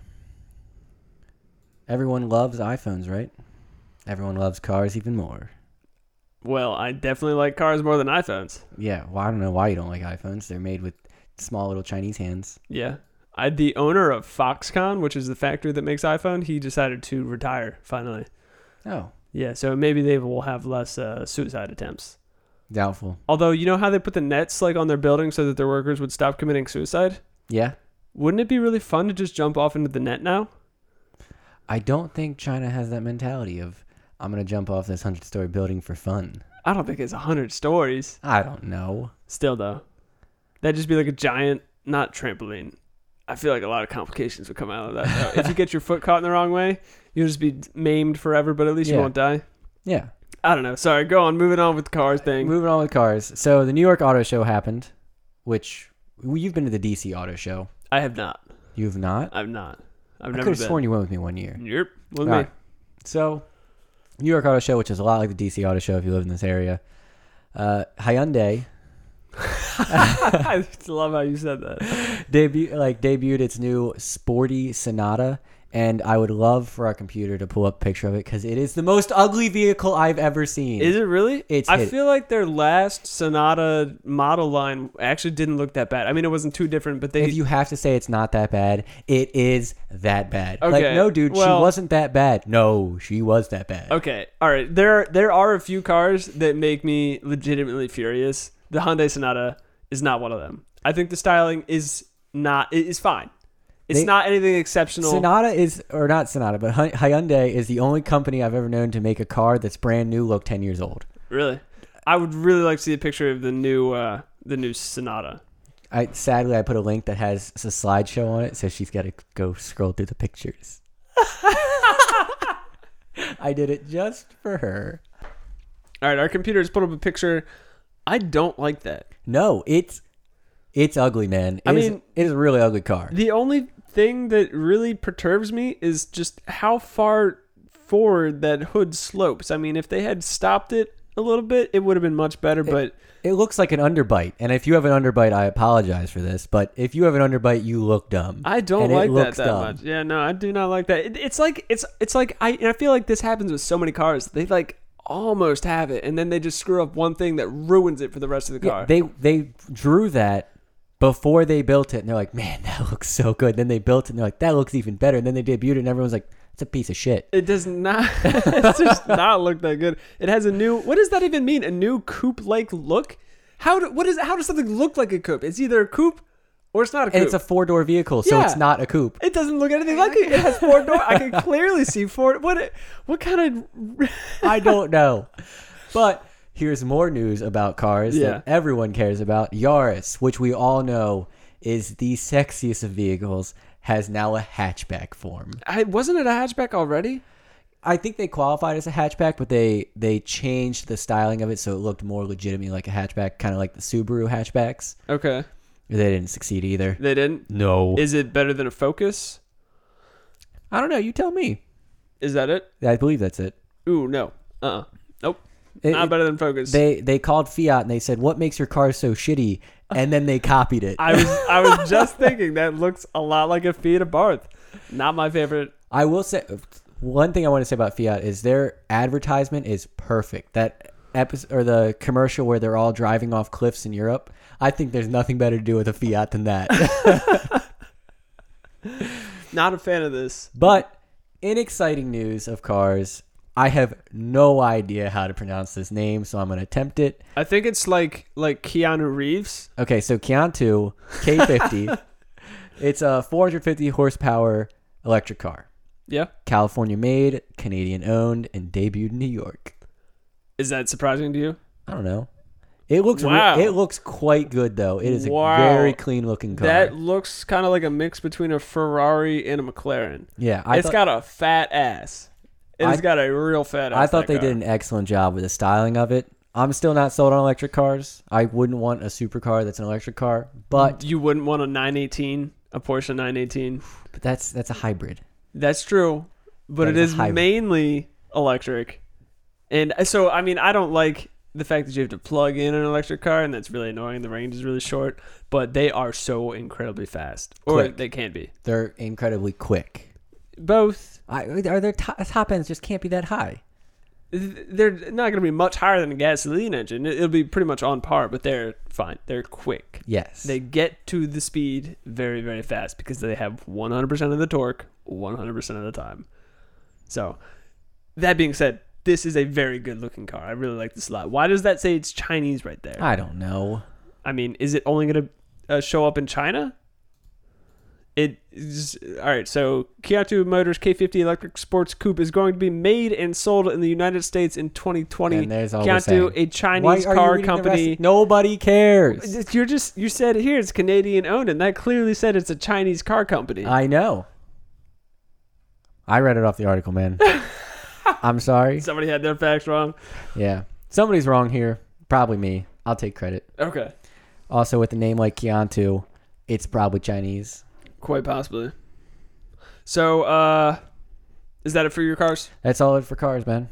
S1: everyone loves iPhones, right? Everyone loves cars even more.
S2: Well, I definitely like cars more than iPhones.
S1: Yeah, well I don't know why you don't like iPhones. They're made with small little Chinese hands.
S2: Yeah. I, the owner of Foxconn, which is the factory that makes iPhone, he decided to retire finally.
S1: Oh,
S2: Yeah, so maybe they will have less uh, suicide attempts.
S1: doubtful.
S2: Although you know how they put the nets like on their building so that their workers would stop committing suicide?
S1: Yeah.
S2: Wouldn't it be really fun to just jump off into the net now?
S1: I don't think China has that mentality of I'm gonna jump off this hundred story building for fun.
S2: I don't think it's a hundred stories.
S1: I don't know.
S2: Still though. That'd just be like a giant not trampoline. I feel like a lot of complications would come out of that. though. if you get your foot caught in the wrong way, you'll just be maimed forever, but at least
S1: Yeah.
S2: you won't die.
S1: Yeah.
S2: I don't know. Sorry, go on, moving on with the car thing.
S1: Moving on with cars. So the New York Auto Show happened, which well, you've been to the DC Auto Show.
S2: I have not.
S1: You've not.
S2: I've not. I've
S1: I
S2: never
S1: could have
S2: been.
S1: sworn you went with me one year.
S2: Yep. With
S1: All
S2: me.
S1: right. So, New York Auto Show, which is a lot like the DC Auto Show if you live in this area. Uh, Hyundai
S2: *laughs* I just love how you said that.
S1: debut like debuted its new sporty Sonata, and I would love for our computer to pull up a picture of it because it is the most ugly vehicle I've ever seen.
S2: Is it really?
S1: It's
S2: I
S1: hit-
S2: feel like their last Sonata model line actually didn't look that bad. I mean, it wasn't too different, but they
S1: if you have to say it's not that bad, it is that bad. Like
S2: Okay,
S1: no, dude,
S2: well-
S1: she wasn't that bad. No, she was that bad.
S2: okay. All right, there there are a few cars that make me legitimately furious. The Hyundai Sonata is not one of them. I think the styling is not it is fine. It's
S1: They-
S2: not anything exceptional.
S1: Sonata is, or not Sonata, but Hy- Hyundai is the only company I've ever known to make a car that's brand new look ten years old.
S2: really, I would really like to see a picture of the new uh, the new Sonata.
S1: I sadly I put a link that has a slideshow on it, so she's got to go scroll through the
S2: *laughs*
S1: pictures. I did it just for her.
S2: All right, our computer has put up a picture. I don't like that.
S1: No, it's it's ugly, man. It
S2: I
S1: is-
S2: mean-
S1: it is a really ugly car.
S2: The only thing that really perturbs me is just how far forward that hood slopes. I mean, if they had stopped it a little bit, it would have been much better, but
S1: It looks like an underbite, and if you have an underbite, I apologize for this, but if you have an underbite, you look dumb.
S2: I don't
S1: And it
S2: like that
S1: looks
S2: that
S1: dumb.
S2: much. Yeah, no, I do not like that. It, it's like it's it's like I and I feel like this happens with so many cars. They like almost have it and then they just screw up one thing that ruins it for the rest of the
S1: Yeah,
S2: car.
S1: they they drew that before they built it. And they're like, man, *laughs* that looks so good. then they built it and they're like, that looks even better. And then they debuted it and everyone's like, it's a piece of shit.
S2: It does not. *laughs* it does not look that good. It has a new. What does that even mean? A new coupe-like look? How do, what is how does something look like a coupe? It's either a coupe or it's not a coupe.
S1: And it's a four door vehicle, so
S2: Yeah.
S1: it's not a
S2: *laughs*
S1: coupe.
S2: It doesn't look anything like it. It has four doors. I *laughs* can clearly see four. What? What kind of?
S1: I don't know. But here's more news about cars
S2: Yeah.
S1: that everyone cares about. Yaris, which we all know is the sexiest of vehicles, has now a hatchback form.
S2: I wasn't it a hatchback already?
S1: I think they qualified as a hatchback, but they they changed the styling of it so it looked more legitimately like a hatchback, kind of like the Subaru hatchbacks.
S2: Okay,
S1: They didn't succeed either.
S2: they didn't.
S1: No.
S2: Is it better than a Focus?
S1: I don't know, you tell me.
S2: Is that it?
S1: I believe that's it.
S2: Ooh no. Uh. uh Nope.
S1: It-
S2: not better than Focus.
S1: They they called Fiat and they said, "What makes your car so shitty?" And then they copied it.
S2: I was I was just thinking that looks a lot like a Fiat Abarth. Not my favorite.
S1: I will say one thing I want to say about Fiat is their advertisement is perfect. That episode or the commercial where they're all driving off cliffs in Europe. I think there's nothing better to do with a Fiat than that.
S2: Not a fan of this.
S1: but in exciting news of cars, I have no idea how to pronounce this name, so I'm going to attempt it.
S2: I think it's like like Keanu Reeves.
S1: Okay, so Kiantu K50. it's a 450 horsepower electric car.
S2: Yeah.
S1: California made, Canadian owned, and debuted in New York.
S2: Is that surprising to you?
S1: I don't know. It looks re-
S2: Wow.
S1: it looks quite good though. It is
S2: Wow.
S1: a very clean looking car.
S2: That looks kind of like a mix between a Ferrari and a McLaren.
S1: yeah, I
S2: It's
S1: thought,
S2: got a fat ass. It's
S1: I-
S2: got a real fat ass.
S1: I thought
S2: that
S1: they
S2: car.
S1: did an excellent job with the styling of it. I'm still not sold on electric cars. I wouldn't want a supercar that's an electric car, but
S2: You wouldn't want a 918, a Porsche 918.
S1: but that's that's a hybrid.
S2: That's true, but
S1: That
S2: it
S1: is a
S2: is,
S1: hybrid.
S2: mainly electric. And uh, so, I mean, I don't like the fact that you have to plug in an electric car, and that's really annoying. The range is really short, but they are so incredibly fast, or
S1: Quick.
S2: they can be.
S1: They're incredibly quick.
S2: Both.
S1: I, are their top, top ends just can't be that high.
S2: Th- They're not going to be much higher than a gasoline engine. It- It'll be pretty much on par, but they're fine. They're quick.
S1: Yes.
S2: They get to the speed very, very fast because they have 100% of the torque 100% of the time. So, that being said, this is a very good looking car. I really like this a lot. Why does that say it's Chinese right there?
S1: I don't know.
S2: I mean, is it only going to uh, show up in China? It is, all right. So Kiatu Motors K50 electric sports coupe is going to be made and sold in the United States in 2020.
S1: And there's all we're
S2: Kiatu,
S1: saying.
S2: a
S1: Why
S2: Chinese
S1: are you
S2: car
S1: reading the rest?
S2: company.
S1: Nobody cares.
S2: Just- You're just you said here it's Canadian owned, and that clearly said it's a Chinese car company.
S1: I know. I read it off the article,
S2: *laughs*
S1: man. I'm sorry.
S2: Somebody had their facts wrong.
S1: Yeah. Somebody's wrong here. Probably me. I'll take credit.
S2: Okay,
S1: Also, with a name like Kiantu, it's probably Chinese.
S2: quite possibly. So, uh, is that it for your cars?
S1: That's all it for cars, man.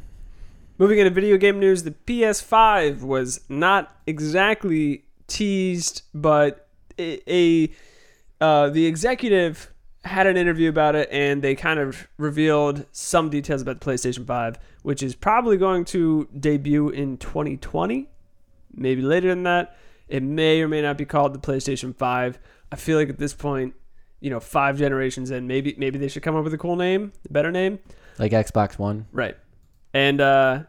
S2: Moving into video game news, the PS5 was not exactly teased, but a, a uh, the executive had an interview about it, and they kind of revealed some details about the PlayStation 5, which is probably going to debut in 2020, maybe later than that. It may or may not be called the PlayStation 5. I feel like at this point, you know, five generations in, maybe maybe they should come up with a cool name, a better name.
S1: Like Xbox One.
S2: Right. And uh,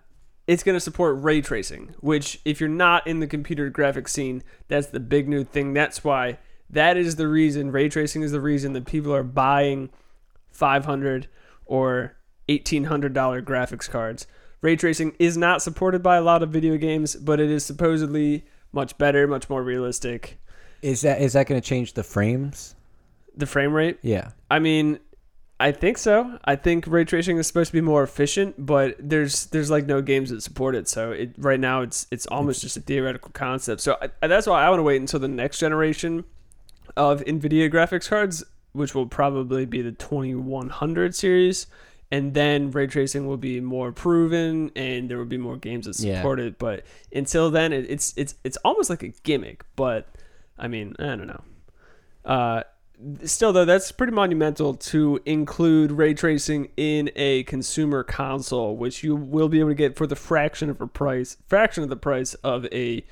S2: it's going to support ray tracing, which, if you're not in the computer graphics scene, that's the big new thing. That's why that is the reason ray tracing is the reason that people are buying 500 or $1,800 graphics cards. Ray tracing is not supported by a lot of video games, but it is supposedly much better, much more realistic.
S1: Is that is that going to change the frames?
S2: The frame rate,
S1: Yeah.
S2: I mean, I think so. I think ray tracing is supposed to be more efficient, but there's there's like no games that support it. So it right now it's it's almost just a theoretical concept. So I, that's why I want to wait until the next generation of NVIDIA graphics cards, which will probably be the 2100 series, and then ray tracing will be more proven, and there will be more games that
S1: Yeah.
S2: support it. But until then, it, it's it's it's almost like a gimmick. But I mean, I don't know. Uh, still though that's pretty monumental to include ray tracing in a consumer console which you will be able to get for the fraction of a price fraction of the price of a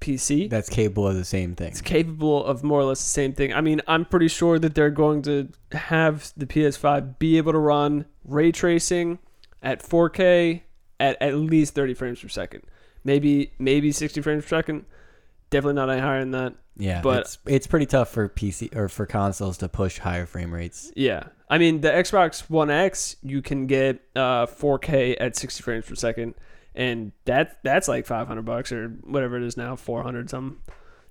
S2: PC.
S1: That's capable of the same thing.
S2: It's capable of more or less the same thing. I mean, I'm pretty sure that they're going to have the PS5 be able to run ray tracing at 4K at at least 30 frames per second. Maybe maybe 60 frames per second. Definitely not any higher than that.
S1: Yeah,
S2: but-
S1: it's, it's pretty tough for PC or for consoles to push higher frame rates.
S2: Yeah. I mean, the Xbox One X, you can get uh, 4K at 60 frames per second, and that that's like 500 bucks or whatever it is now, 400 something.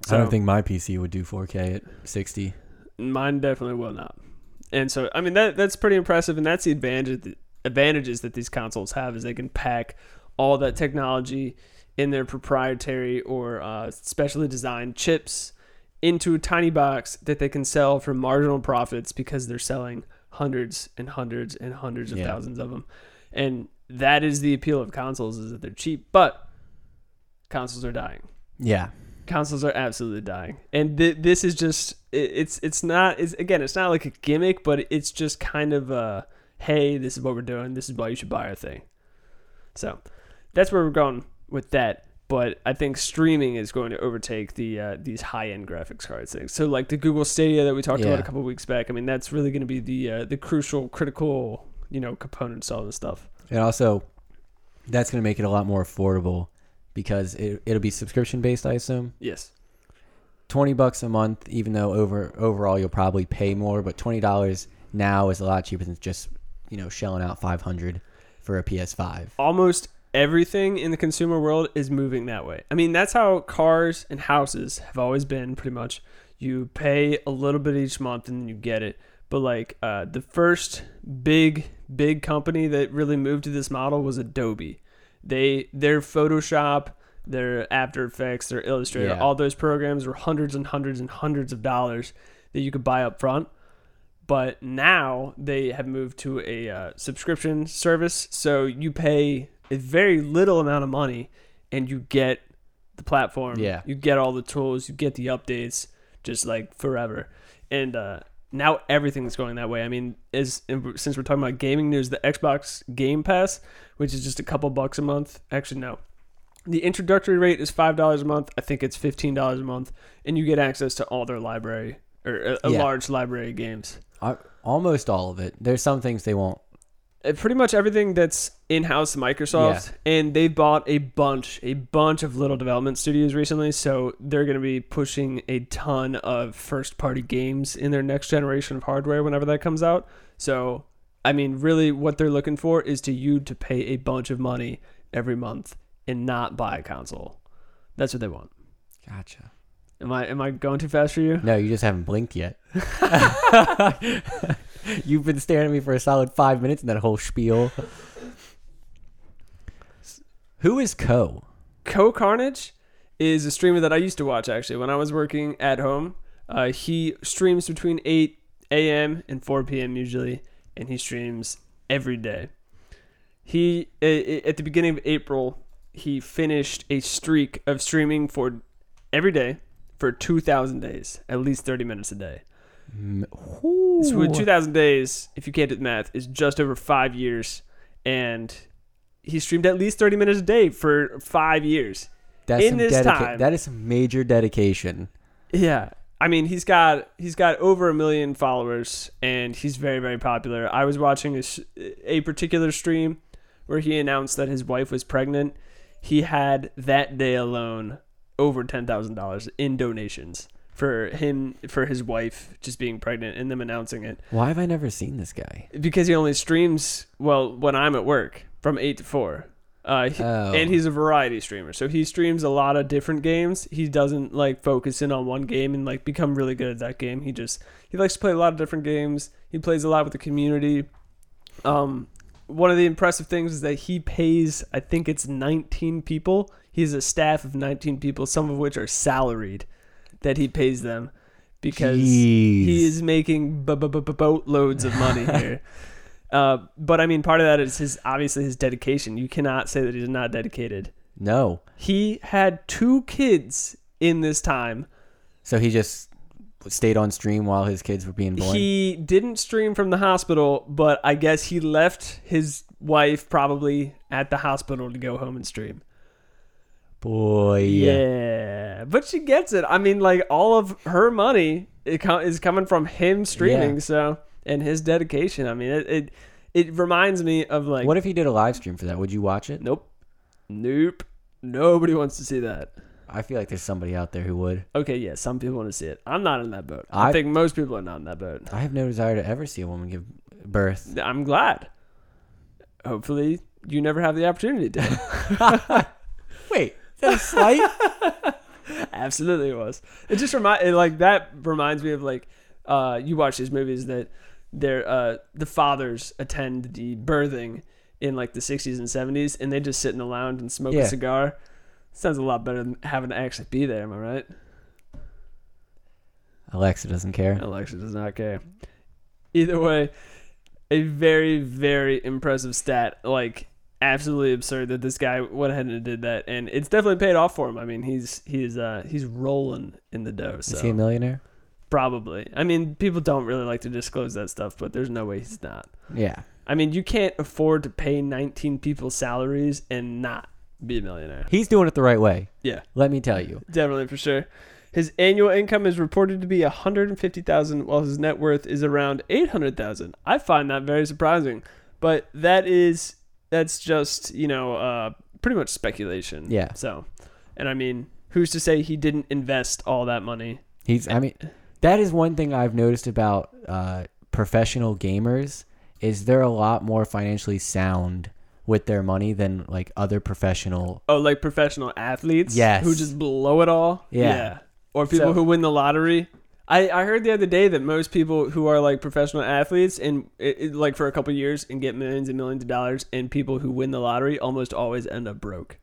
S2: So
S1: I don't think my PC would do 4K at 60.
S2: mine definitely will not. And so, I mean, that that's pretty impressive, and that's the advantage advantages that these consoles have is they can pack all that technology in their proprietary or uh, specially designed chips into a tiny box that they can sell for marginal profits because they're selling hundreds and hundreds and hundreds of
S1: Yeah.
S2: thousands of them. And that is the appeal of consoles is that they're cheap, but consoles are dying
S1: Yeah,
S2: consoles are absolutely dying and th- this is just i it's it's not it's again it's not like a gimmick but it's just kind of a hey this is what we're doing this is why you should buy our thing so that's where we're going with that but i think streaming is going to overtake the uh, these high-end graphics cards things so like the google stadia that we talked about
S1: Yeah.
S2: a couple weeks back i mean that's really going to be the uh, the crucial critical you know components to all this stuff
S1: and also that's going to make it a lot more affordable because it, it'll be subscription based. I assume
S2: yes
S1: 20 bucks a month, even though over overall you'll probably pay more, but twenty dollars now is a lot cheaper than just you know shelling out 500 for a PS5.
S2: almost everything in the consumer world is moving that way. I mean, that's how cars and houses have always been pretty much. You pay a little bit each month and you get it. But like uh, the first big big company that really moved to this model was Adobe. They their Photoshop, their After Effects, their Illustrator,
S1: Yeah.
S2: all those programs were hundreds and hundreds and hundreds of dollars that you could buy up front but now they have moved to a uh, subscription service so you pay a very little amount of money and you get the platform
S1: Yeah.
S2: you get all the tools you get the updates just like forever and uh, now everything's going that way i mean is since we're talking about gaming news the xbox game pass which is just a couple bucks a month actually no the introductory rate is five dollars a month. I think it's fifteen dollars a month, and you get access to all their library or a, a
S1: Yeah.
S2: large library of games.
S1: Al- Almost all of it. There's some things they won't.
S2: Uh, pretty much everything that's in-house Microsoft, and they bought a bunch, a bunch of little development studios recently. So they're going to be pushing a ton of first-party games in their next generation of hardware whenever that comes out. So, I mean, really, what they're looking for is to you to pay a bunch of money every month and not buy a console. That's what they want.
S1: Gotcha.
S2: Am I am I going too fast for you?
S1: No, you just haven't blinked yet. *laughs* You've been staring at me for a solid five minutes in that whole spiel. Who is Co?
S2: Co Carnage is a streamer that I used to watch actually when I was working at home. Uh, he streams between 8 a.m. and 4 p.m. usually, and he streams every day. He a- a- at the beginning of April he finished a streak of streaming for every day for 2,000 days, at least 30 minutes a day. So with 2,000 days, if you can't do the math, is just over five years, and he streamed at least 30 minutes a day for five years.
S1: That's
S2: In
S1: some
S2: this
S1: dedica-
S2: time-
S1: That is some major dedication.
S2: Yeah. I mean, he's got he's got over a million followers, and he's very very popular. I was watching a, s- a particular stream where he announced that his wife was pregnant. He had that day alone over ten thousand dollars in donations for him for his wife just being pregnant and them announcing it
S1: Why have I never seen this guy?
S2: because he only streams well when I'm at work from eight to four. Uh, he-
S1: Oh.
S2: And he's a variety streamer, so he streams a lot of different games. He doesn't like focus in on one game and like become really good at that game. He just he likes to play a lot of different games. He plays a lot with the community. Um, one of the impressive things is that he pays, I think it's 19 people. He has a staff of 19 people, some of which are salaried, that he pays them because he
S1: Jeez.
S2: is making b- b- b- b- boatloads of
S1: *laughs*
S2: money here. Uh, but I mean, part of that is his obviously his dedication. You cannot say that he's not dedicated.
S1: No.
S2: He had two kids in this time.
S1: So he just stayed on stream while his kids were being born.
S2: He didn't stream from the hospital, but I guess he left his wife probably at the hospital to go home and stream.
S1: Boy.
S2: Yeah, but she gets it. I mean, like all of her money it co- is coming from him streaming.
S1: Yeah.
S2: So and his dedication. I mean, it, it it reminds me of like
S1: What if he did a live stream for that? Would you watch it?
S2: nope, nope. Nobody wants to see that.
S1: I feel like there's somebody out there who would.
S2: Okay, yeah, some people want to see it. I'm not in that boat. I,
S1: I-
S2: think most people are not in that boat.
S1: I have no desire to ever see a woman give birth.
S2: I'm glad. Hopefully, you never have the
S1: *laughs*
S2: opportunity to.
S1: Wait, is that a slight? *laughs*
S2: Absolutely, it was. It just remind it, like that reminds me of like uh, you watch these movies that their uh, the fathers attend the birthing in like the 60s and 70s, and they just sit in the lounge and smoke
S1: Yeah.
S2: a cigar. Sounds a lot better than having to actually be there. Am I right?
S1: Alexa doesn't care.
S2: Alexa does not care. Either way, a very, very impressive stat. Like, absolutely absurd that this guy went ahead and did that, and it's definitely paid off for him. I mean, he's he's uh he's rolling in the dough.
S1: Is he a
S2: So
S1: millionaire?
S2: probably. I mean, people don't really like to disclose that stuff, but there's no way he's not.
S1: Yeah.
S2: I mean, you can't afford to pay 19 people salaries and not be a millionaire.
S1: He's doing it the right way.
S2: Yeah.
S1: Let me tell you.
S2: *laughs* Definitely for sure. His annual income is reported to be 150,000 while his net worth is around 800,000. I find that very surprising, but that is that's just, you know, uh pretty much speculation.
S1: Yeah.
S2: So, and I mean, who's to say he didn't invest all that money?
S1: He's. I mean, that is one thing I've noticed about uh, professional gamers is they're a lot more financially sound with their money than like other professional.
S2: Oh, like professional athletes
S1: Yes.
S2: who just blow it all?
S1: Yeah.
S2: Or people
S1: So-
S2: who win the lottery? I, I heard the other day that most people who are like professional athletes and it, it- like for a couple years and get millions and millions of dollars and people who win the lottery almost always end up broke.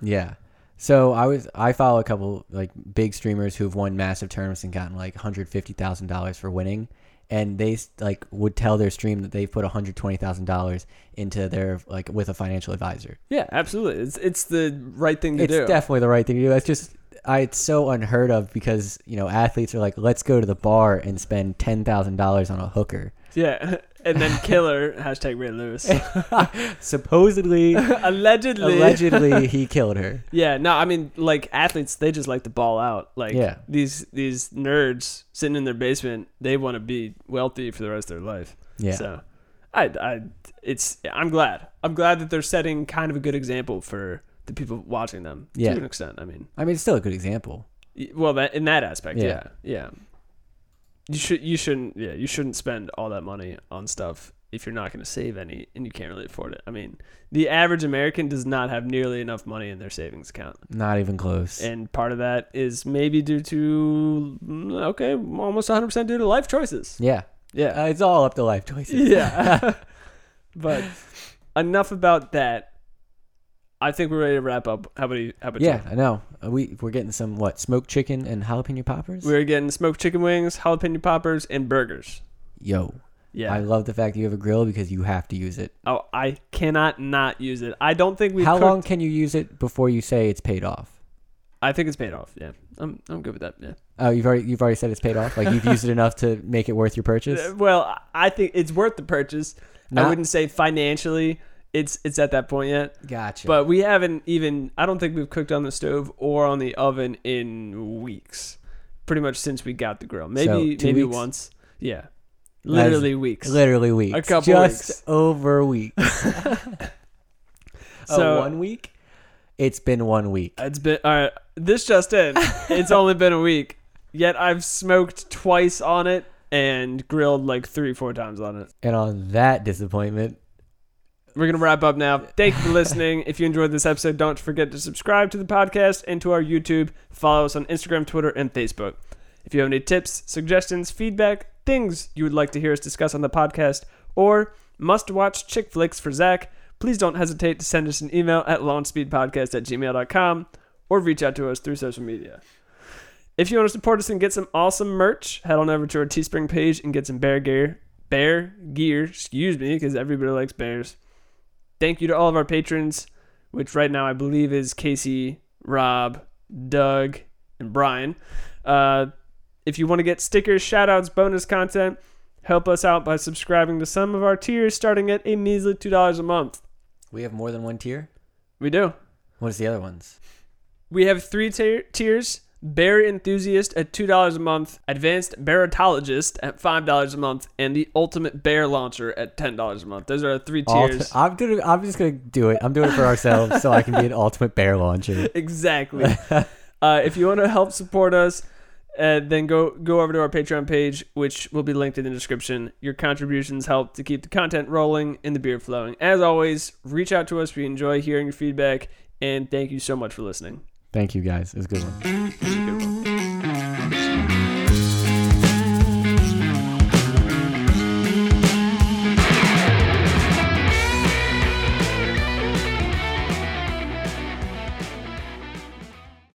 S1: Yeah. So I was. I follow a couple like big streamers who've won massive tournaments and gotten like hundred fifty thousand dollars for winning. And they like would tell their stream that they've put one hundred twenty thousand dollars into their like with a financial advisor.
S2: Yeah, absolutely. It's it's the right thing to
S1: it's
S2: do.
S1: definitely the right thing to do. That's just I, it's so unheard of because you know athletes are like, let's go to the bar and spend ten thousand dollars on a hooker.
S2: yeah. *laughs* And then killer *laughs* hashtag
S1: *laughs*
S2: Ray Lewis. *laughs*
S1: Supposedly,
S2: Allegedly.
S1: allegedly, he killed her.
S2: Yeah, no, I mean, like athletes, they just like to ball out. Like
S1: Yeah.
S2: these these nerds sitting in their basement, they want to be wealthy for the rest of their life.
S1: Yeah.
S2: *laughs* So, I, I, it's I'm glad. I'm glad that they're setting kind of a good example for the people watching them.
S1: Yeah.
S2: To an extent, I mean,
S1: I mean, it's still a good example.
S2: y- well, that in that aspect, yeah,
S1: Yeah.
S2: yeah. You should you shouldn't yeah you shouldn't spend all that money on stuff if you're not going to save any and you can't really afford it. I mean, the average American does not have nearly enough money in their savings account
S1: Not even close.
S2: and part of that is maybe due to mm, okay almost 100% due to life choices
S1: yeah,
S2: yeah
S1: uh, it's all up to life choices. *laughs*
S2: *laughs* yeah *laughs* but enough about that i think we're ready to wrap up how about you how about
S1: yeah,
S2: you?
S1: I know. Uh, We we're getting some what smoked chicken and jalapeno poppers.
S2: we're getting smoked chicken wings jalapeno poppers and burgers
S1: Yo, I
S2: yeah
S1: love the fact that you have a grill because you have to use it.
S2: oh i cannot not use it i don't think we
S1: How long can you use it before you say it's paid off?
S2: i think it's paid off yeah Uh, i'm, I'm good with that yeah
S1: Oh, you've already you've already said it's paid off. Like you've
S2: *laughs*
S1: used it enough to make it worth your purchase.
S2: Uh, well I- i think it's worth the purchase i
S1: Not-
S2: wouldn't say financially it's it's at that point yet
S1: Gotcha.
S2: But we haven't even, I don't think we've cooked on the stove or on the oven in weeks. Pretty much since we got the grill. Maybe
S1: two
S2: maybe
S1: weeks?
S2: once. Yeah. Literally weeks.
S1: literally weeks,
S2: A couple
S1: just
S2: weeks.
S1: over
S2: *laughs*
S1: weeks.
S2: So-
S1: oh, one week. It's been one week.
S2: It's been, all right. This just in.
S1: *laughs*
S2: it's only been a week. Yet I've smoked twice on it and grilled like three, four times on it.
S1: And on that disappointment,
S2: We're going to wrap up now. Thank you for listening. If you enjoyed this episode, don't forget to subscribe to the podcast and to our YouTube. Follow us on Instagram, Twitter, and Facebook. If you have any tips, suggestions, feedback, things you would like to hear us discuss on the podcast, or must watch chick flicks for Zach, please don't hesitate to send us an email at launchspeedpodcast at gmail.com or reach out to us through social media. If you want to support us and get some awesome merch, head on over to our Teespring page and get some bear gear. Bear gear, excuse me, because everybody likes bears. Thank you to all of our patrons, which right now I believe is Casey, Rob, Doug, and Brian. Uh, if you want to get stickers, shoutouts, bonus content, help us out by subscribing to some of our tiers starting at a measly $2 a month.
S1: we have more than one tier.
S2: We do.
S1: What is the other ones?
S2: We have three tier- tiers. Bear Enthusiast at $2 a month, Advanced Baritologist at $5 a month, and the Ultimate Bear Launcher at $10 a month. Those are our three
S1: Ulti-
S2: tiers.
S1: I'm gonna. I'm just gonna do it. I'm doing it for ourselves, so I can be
S2: *laughs*
S1: an ultimate bear launcher.
S2: exactly. uh, if you want to help support us, uh, then go go over to our Patreon page, which will be linked in the description. Your contributions help to keep the content rolling and the beer flowing. As always, reach out to us. We enjoy hearing your feedback, and thank you so much for listening.
S1: Thank you guys. It was a good one.
S2: Good one.